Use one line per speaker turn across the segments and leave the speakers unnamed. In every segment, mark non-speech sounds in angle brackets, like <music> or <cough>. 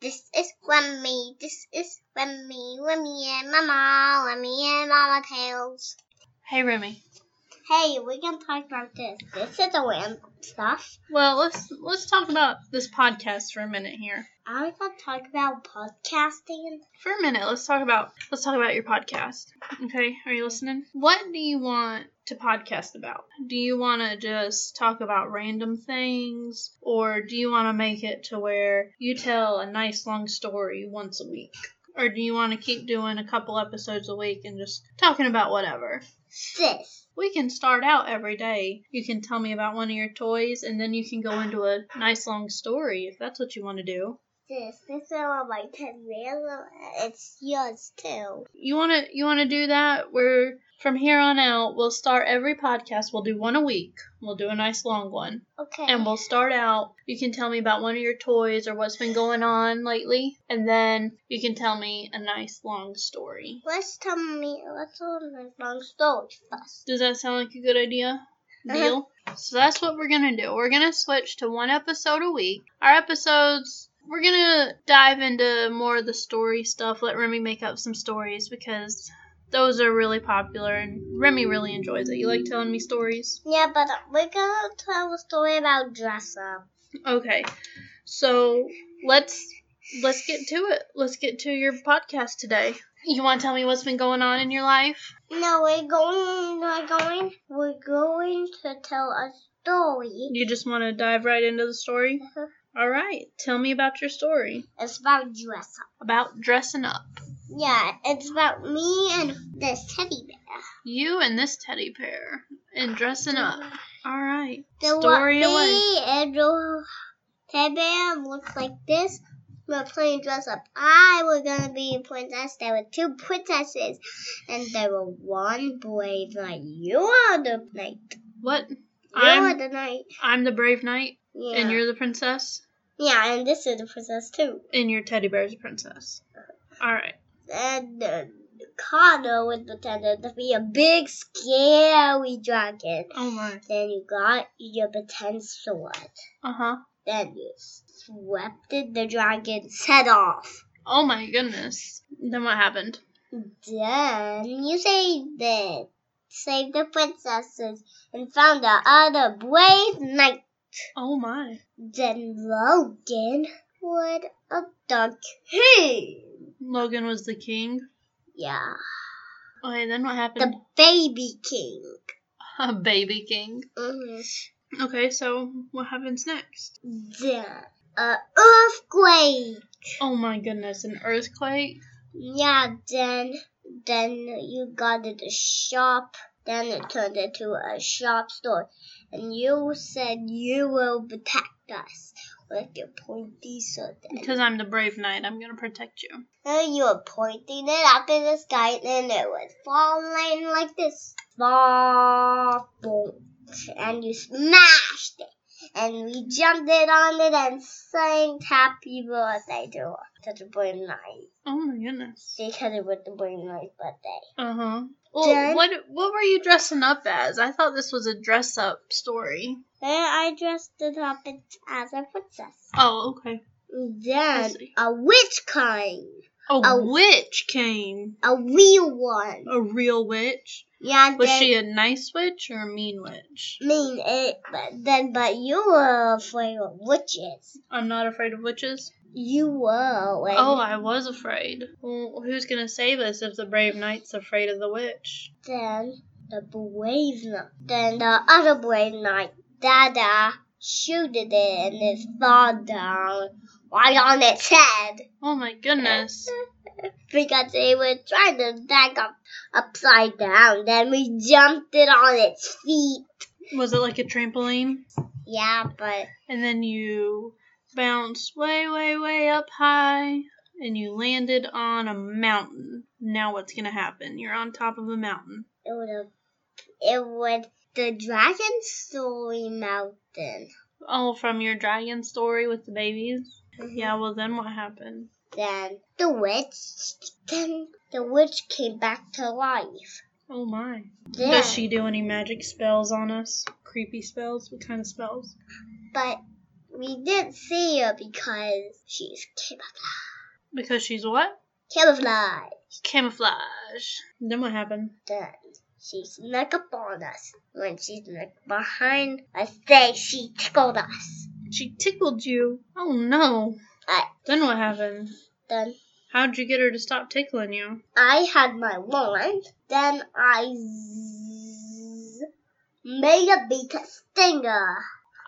This is Remy. This is Remy. Remy and Mama. Remy and Mama Tales.
Hey, Remy.
Hey, we're gonna talk about this. This is the random stuff.
Well, let's let's talk about this podcast for a minute here.
Are we gonna talk about podcasting?
For a minute, let's talk about let's talk about your podcast. Okay, are you listening? What do you want to podcast about? Do you want to just talk about random things or do you want to make it to where you tell a nice long story once a week? Or do you want to keep doing a couple episodes a week and just talking about whatever?
Sis.
We can start out every day. You can tell me about one of your toys, and then you can go into a nice long story if that's what you want to do.
Sis, this is one of my 10 random. It's yours too.
You want to you want to do that? We're from here on out. We'll start every podcast. We'll do one a week. We'll do a nice long one,
Okay.
and we'll start out. You can tell me about one of your toys or what's been going on lately, and then you can tell me a nice long story.
let's tell me, let's tell my long story first.
Does that sound like a good idea?
Uh-huh.
Deal? So that's what we're going to do. We're going to switch to one episode a week. Our episodes, we're going to dive into more of the story stuff, let Remy make up some stories because those are really popular and Remy really enjoys it. You like telling me stories?
Yeah, but we're gonna tell a story about dress up.
Okay. So let's. Let's get to it. Let's get to your podcast today. You want to tell me what's been going on in your life?
No, we're going, we're going, we're going to tell a story.
You just want to dive right into the story? All right. Tell me about your story.
It's about dress up.
about dressing up.
Yeah, it's about me and this teddy bear.
You and this teddy bear and dressing up. All right.
The
Story
one-
away.
Me and the teddy bear looks like this. We're playing dress up. I was gonna be a princess. There were two princesses, and there were one brave knight. You are the knight.
What?
You are
I'm
the knight.
I'm the brave knight
Yeah.
and you're the princess
yeah, and this is the princess too.
and your teddy bear's a princess. All right.
and uh, Connor was pretended to be a big scary dragon.
Oh my.
Then you got your pretend sword.
Uh-huh.
Then you swept the dragon's head off.
Oh my goodness. Then what happened?
Then you saved it. Saved the princesses and found the other brave knight.
Oh my.
Then Logan would abduct him.
Logan was the king.
Yeah,
Okay, then what happened?
the baby king.
<laughs> A baby king.
hmm
Okay, so what happens next?
the uh, earthquake.
Oh my goodness, an earthquake?
Yeah, then then you got it a shop. Then it turned into a shop store, and you said you will protect us with your pointy sword.
Because I'm the brave knight, I'm going to protect you.
And you were pointing it up in the sky, and it was falling like this. Fall, boom, and you smashed it. And we jumped it on it and sang happy birthday to to the boy night
Oh my goodness.
because it was the boy night's birthday.
Uh huh. Well,
Jen?
what what were you dressing up as? I thought this was a dress up story.
Then I dressed it up as a princess.
Oh, okay. I
Then
see.
a witch came,
A
Oh.
witch came.
a real one.
A real witch.
Yeah,
Was
then-
she a nice witch or a mean witch?
mean it, but then but you were afraid of witches.
I'm not afraid of witches.
You were. Like,
Oh, I was afraid. Well, who's gonna save us if the brave knight's afraid of the witch?
Then the brave knight. Then the other brave knight, Dada, shooted it and it fell down right on its head
Oh my goodness.
because they were trying to back up upside down. Then we jumped it on its feet.
Was it like a trampoline?
Yeah, but
And then you bounced way, way, way up high, and you landed on a mountain. Now what's gonna happen? You're on top of a mountain.
it would have. It would. The dragon story mountain.
Oh, from your dragon story with the babies? Yeah, well, then what happened?
Then the witch, then the witch came back to life.
Oh my.
Then,
Does she do any magic spells on us? Creepy spells? What kind of spells?
But We didn't see her because she's camouflage.
Because she's what?
Camouflage.
Camouflage. Then what happened?
Then she snuck up on us. When she snuck behind, I say she tickled us.
She tickled you. Oh no.
I
Then what happened?
then
How'd you get her to stop tickling you?
I had my wand. Then I zzz, made a big stinger.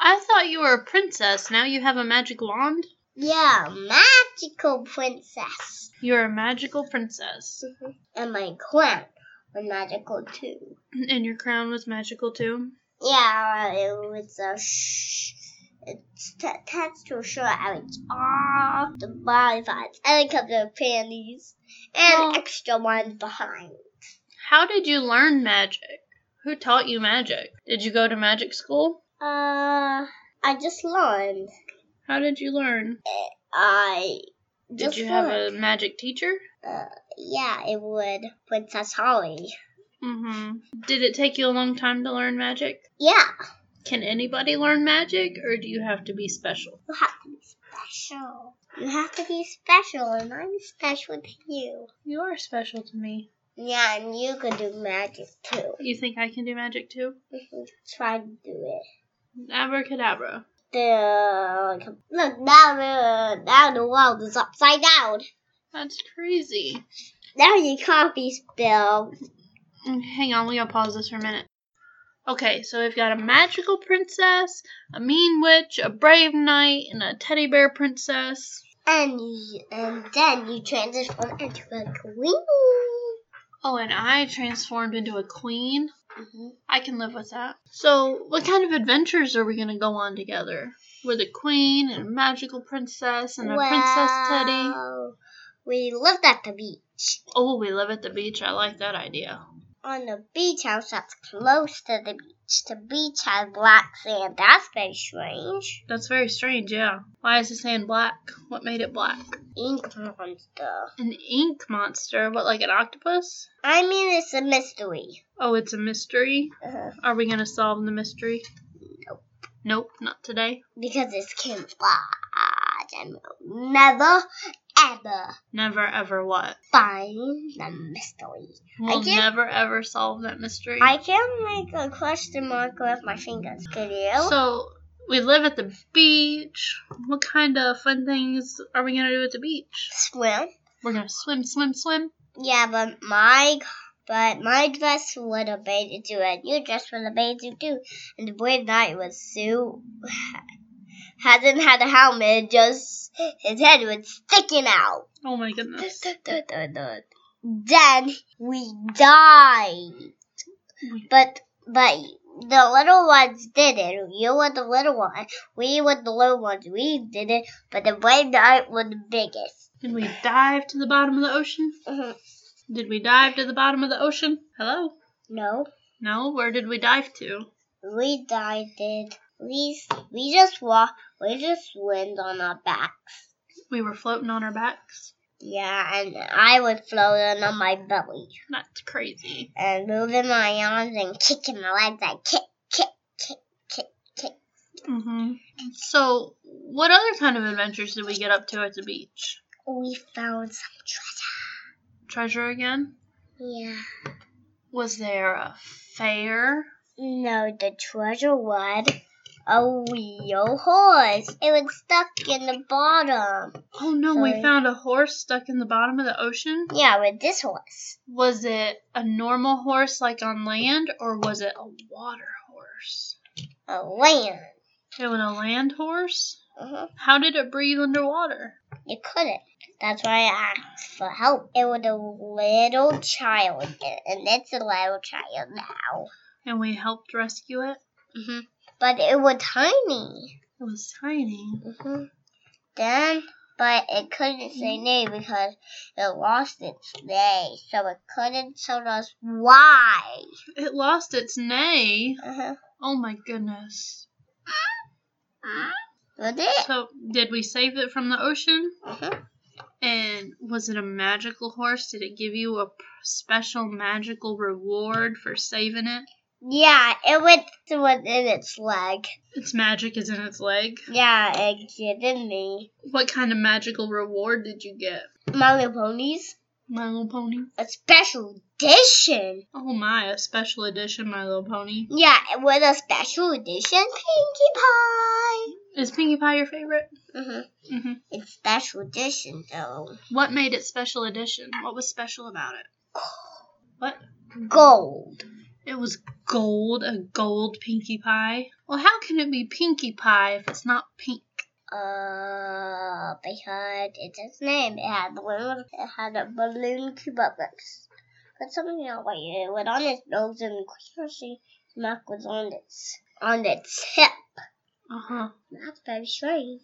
I thought you were a princess. Now you have a magic wand?
Yeah, magical princess.
You're a magical princess. <clears throat>
And my crown was magical too.
And your crown was magical too?
Yeah, it was a sh- it's t- attached to a shirt I was off the body parts and a couple of panties and
Oh.
extra ones behind.
How did you learn magic? Who taught you magic? Did you go to magic school?
Uh, I just learned.
How did you learn?
I
Did
just
you have
learned.
a magic teacher?
Yeah, it would. Princess Holly.
Mm-hmm. Did it take you a long time to learn magic?
Yeah,
Can anybody learn magic, or do you have to be special?
you have to be special. You have to be special, and I'm special to you.
You are special to me.
Yeah, and you could do magic too. <laughs>
You think I can do magic too?
Try to do it.
Abracadabra.
The look now the now the world is upside down.
That's crazy.
Now you can't be spilled.
Mm, Hang on, we gotta pause this for a minute. Okay, so we've got a magical princess, a mean witch, a brave knight, and a teddy bear princess.
And you, and then you transition into a queen.
Oh, and I transformed into a queen.
hmm
I can live with that. So, what kind of adventures are we gonna go on together? With a queen and a magical princess and a princess teddy.
Well, We lived at the beach.
Oh, we live at the beach. I like that idea.
on the beach house that's close to the beach. The beach has black sand. That's very strange.
That's very strange, yeah. Why is the sand black? What made it black?
Ink monster.
An ink monster? What, like an octopus?
I mean, it's a mystery.
Oh, it's a mystery.
Uh,
Are we gonna solve the mystery? Nope, not today.
because it's camouflage and we'll never, ever
Never ever what?
find the mystery.
We'll
can't-
never ever solve that mystery.
I can make a question mark with my fingers. Can you?
So we live at the beach. What kind of fun things are we gonna do at the beach?
Swim.
We're gonna swim, swim, swim.
Yeah, but my but my dress would have made you do it. Your dress would have made you do. And the boy night was Sue <sighs> hasn't had a helmet, just his head was sticking out.
Oh my goodness.
Then we died. But but the little ones did it. You were the little one. We were the little ones. We did it. But the boy night was the biggest.
Did we dive to the bottom of the ocean?
Mhm.
Did we dive to the bottom of the ocean? Hello?
No.
No, where did we dive to?
We dieted. We we just walked. We just went on our backs.
We were floating on our backs.
Yeah, and I was floating on my belly
That's crazy.
and moving my arms and kicking my legs. I kick, kick.
hmm So, what other kind of adventures did we get up to at the beach?
We found some treasure.
Treasure again?
Yeah.
Was there a fair?
No, the treasure was a real horse. It was stuck in the bottom.
Oh no, we
Sorry.
found a horse stuck in the bottom of the ocean.
Yeah, with this horse.
Was it a normal horse like on land or was it a water horse?
A lamb.
It was a land horse?
Uh-huh.
How did it breathe underwater?
You couldn't. That's why I asked for help. It was a little child, and it's a little child now.
And we helped rescue it?
hmm But it was tiny.
It was tiny.
hmm Then, but it couldn't say nay because it lost its nay, so it couldn't tell us why.
It lost its neigh.
Uh-huh.
Oh my goodness.
Was it?
So, did we save it from the ocean?
Uh-huh.
And was it a magical horse? Did it give you a p- special magical reward for saving it?
Yeah, it went it went in its leg.
Its magic is in its leg.
Yeah, it kidding me.
What kind of magical reward did you get?
My Little Ponies,
My Little Pony.
a special edition.
Oh my, a special edition My Little Pony.
Yeah, it was a special edition Pinkie Pie.
Is Pinkie Pie your favorite?
hmm
hmm
It's special edition though.
What made it special edition? What was special about it? What?
Gold.
It was gold, a gold Pinkie Pie. Well, how can it be Pinkie Pie if it's not pink?
Uh, because it's its name. It had balloon. It had a balloon cube up next. But something else like it went on its nose and Christmasy smack was on its on its hip.
Uh huh.
That's very strange.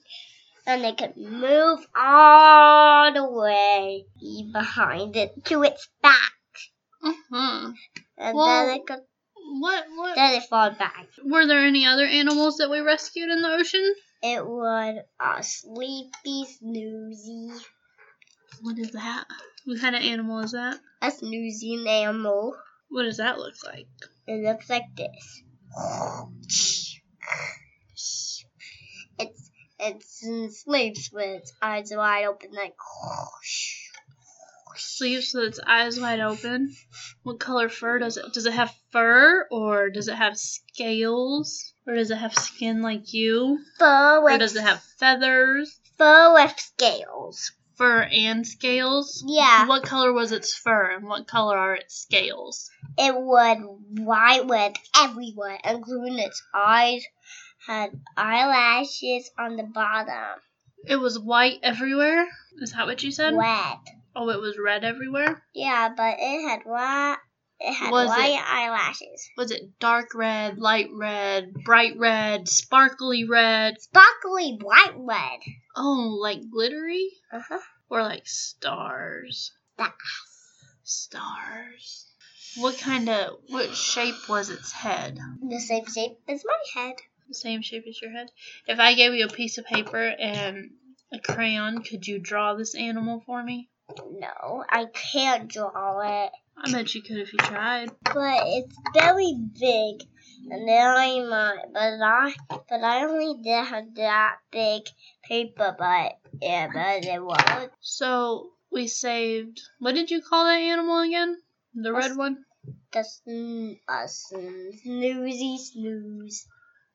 And they could move all the way behind it to its back.
Uh huh.
And
Whoa.
then it could
What? What?
then it fall back.
Were there any other animals that we rescued in the ocean?
It was a sleepy snoozy.
What is that? What kind of animal is that?
A snoozy animal.
What does that look like?
It looks like this. It's it's in sleeps with its eyes wide open like
Sleeps with its eyes wide open. What color fur does it? Does it have fur, or does it have scales, or does it have skin like you,
fur
or
with
does it have feathers,
fur with scales.
fur and scales?
Yeah.
What color was its fur, and what color are its scales?
It would white with everywhere, including its eyes, had eyelashes on the bottom.
It was white everywhere. Is that what you said?
Red.
Oh, it was red everywhere.
Yeah, but it had white it had
Was it-
white eyelashes.
Was it dark red, light red, bright red, sparkly red?
Sparkly bright red.
Oh, like glittery?
Uh-huh.
Or like stars.
Stars.
Stars. What kind of what shape was its head?
The same shape as my head.
The same shape as your head. If I gave you a piece of paper and a crayon, could you draw this animal for me?
No, I can't draw it.
I bet you could if you tried.
But it's very big. And then I might but I but I only did have that big paper but yeah, but it was
So we saved what did you call that animal again? The red one?
the sn- a sn- snoozy snooze.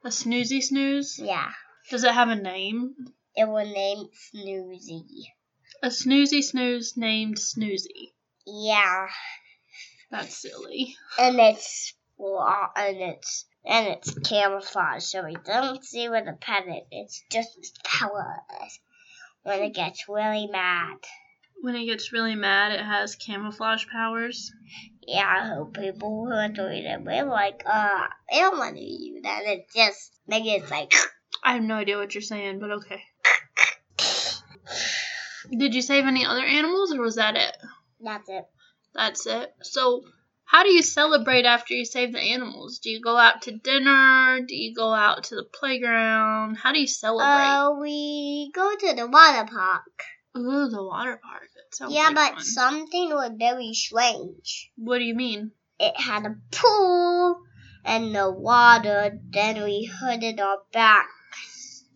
A snoozy snooze?
Yeah,
Does it have a name?
it was named Snoozy.
A snoozy snooze named Snoozy.
Yeah,
That's silly.
and it's well, and it's and it's camouflage, so we don't see where the pet is. It's just its powers. When it gets really mad,
When it gets really mad, it has camouflage powers.
yeah, I hope people who are doing it will like, uh, I don't want to use that. It just maybe it's like,
I have no idea what you're saying, but okay. Did you save any other animals or was that it?
that's it.
That's it. So, how do you celebrate after you save the animals? Do you go out to dinner? Do you go out to the playground? How do you celebrate?
Uh, we go to the water park.
Ooh, the water park. That sounds
yeah,
like
but
fun.
something was very strange.
what do you mean?
It had a pool and the water. Then we hooded our back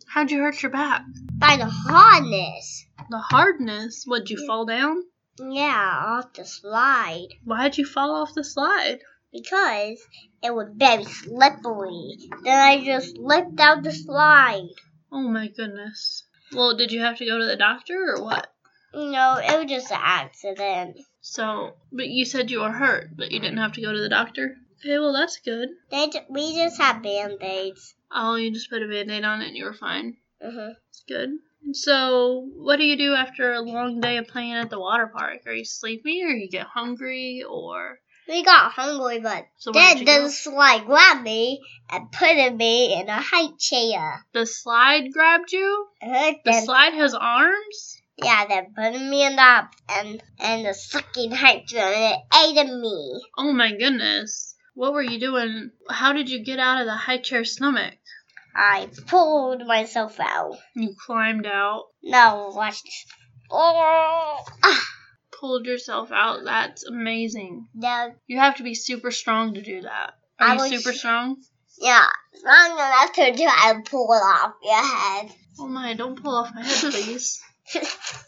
How'd you hurt your back?
by the harness.
The hardness. What'd you fall down?
Yeah, off the slide
Why'd you fall off the slide?
because it was very slippery. Then I just slipped down the slide.
Oh my goodness. Well, did you have to go to the doctor or what?
You know, it was just an accident.
So, but you said you were hurt, but you didn't have to go to the doctor? Okay, well, that's good.
They ju- we just had band aids.
Oh, you just put a band aid on it and you were fine.
hmm
It's good. So, what do you do after a long day of playing at the water park? Are you sleepy or you get hungry or.
We got hungry, but
So,
then
where'd you go?
the slide grabbed me and put me in a high chair.
the slide grabbed you?
Uh,
The
then
slide has arms?
Yeah, they put me in the and and the sucking hydra and it ate at me.
Oh my goodness. What were you doing? How did you get out of the high chair stomach?
I pulled myself out.
You climbed out.
Now watch this. Oh, ah,
pulled yourself out. That's amazing.
now
You have to be super strong to do that. Are
I
you
was-
super strong?
Yeah, strong enough to try and pull it off your head. <laughs>
Oh my, don't pull off my head, please.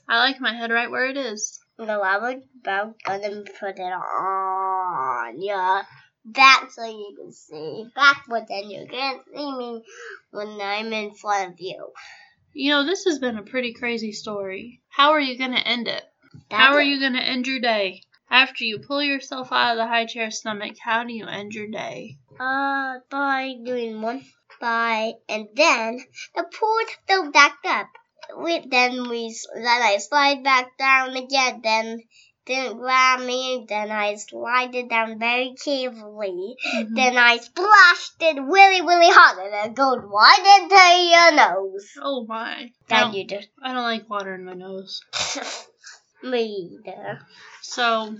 I like my head right where it is.
No, I would I'm gonna put it on your back so you can see backward and you can't see me when I'm in front of you.
You know, this has been a pretty crazy story. How are you going to end it? How are you going to end your day? After you pull yourself out of the high chair stomach, how do you end your day?
Uh, by doing one by and then the pool filled back up. We then we s- then I slide back down again. Then didn't grab me. Then I slide it down very carefully.
Mm-hmm.
Then I splashed it really really hard and it goes right into your nose.
oh my. I
Then
don't,
you just <laughs>
I don't like water in my nose.
me there.
So,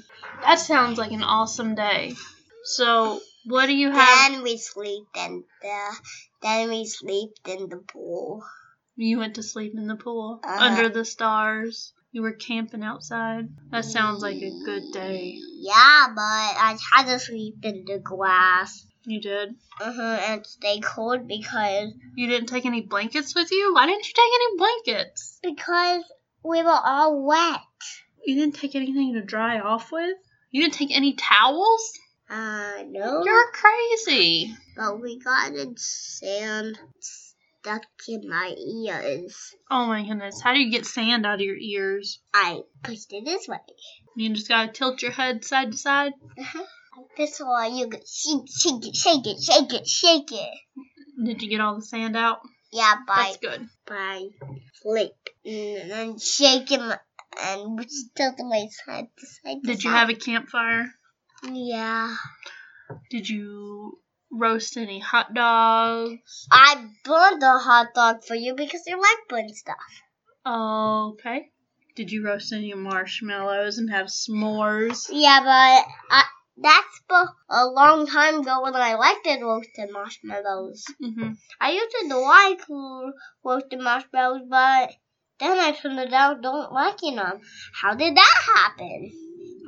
that sounds like an awesome day. So, what do you have?
Then we sleep in the then we sleep in the pool.
You went to sleep in the pool
Uh-huh.
under the stars. You were camping outside. That sounds like a good day.
Yeah, but I had to sleep in the grass.
You did.
Uh-huh, and stay cold because
You didn't take any blankets with you? Why didn't you take any blankets?
because we were all wet.
You didn't take anything to dry off with? You didn't take any towels?
Uh no.
You're crazy.
But we got in sand stuck in my ears.
Oh my goodness. How do you get sand out of your ears?
I pushed it this way. Mm-hmm.
You just gotta tilt your head side to side? Mm-hmm.
This one you could shake shake it, shake it, shake it, shake it.
Did you get all the sand out?
Yeah, by
That's good.
by flip. And then shake him and tilt my side to side. to
Did you
side.
have a campfire?
Yeah.
Did you roast any hot dogs?
I burned a hot dog for you because you like burnt stuff.
Okay. Did you roast any marshmallows and have s'mores?
Yeah, but I, that's for a long time ago when I liked the roasted marshmallows.
Mm-hmm.
I used to like ro- roasted marshmallows, but then I turned out don't liking them. How did that happen?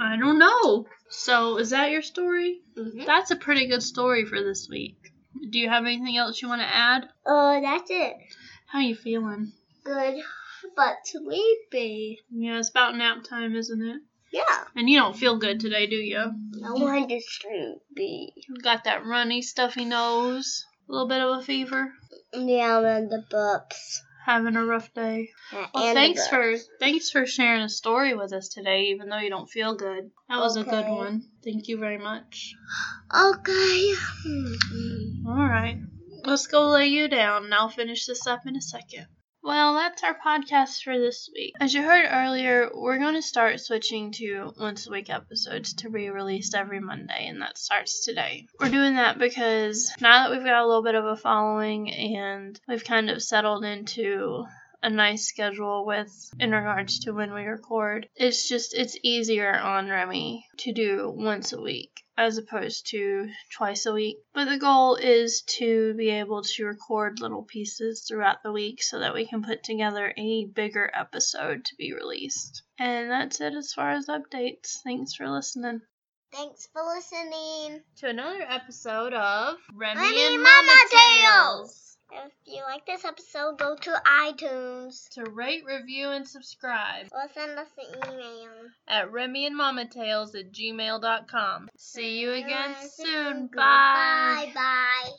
I don't know. So, is that your story?
Mm-hmm.
That's a pretty good story for this week. Do you have anything else you want to add?
Uh, that's it.
How you feeling?
Good, but sleepy.
Yeah, it's about nap time, isn't it?
Yeah,
And you don't feel good today, do you?
I wanted to sleepy.
You got that runny, stuffy nose, a little bit of a fever,
Yeah, and the books.
having a rough day.
Uh,
Well,
and the
thanks
books.
for thanks for sharing a story with us today, even though you don't feel good. That was a good
Okay.
one. Thank you very much.
Okay. Hmm.
All right. Let's go lay you down, and I'll finish this up in a second. Well, that's our podcast for this week. As you heard earlier, we're going to start switching to once a week episodes to be released every Monday, and that starts today. We're doing that because now that we've got a little bit of a following and we've kind of settled into a nice schedule with in regards to when we record. It's just it's easier on Remy to do once a week as opposed to twice a week. But the goal is to be able to record little pieces throughout the week so that we can put together a bigger episode to be released. And that's it as far as updates. Thanks for listening
<laughs> Thanks for listening.
to another episode of Remy,
Remy Mama Tales. If you like this episode, go to iTunes
To rate, review, and subscribe.
or send us an email.
at Remy and Mama Tales at gmail.com. See you again soon. Bye.
Bye bye.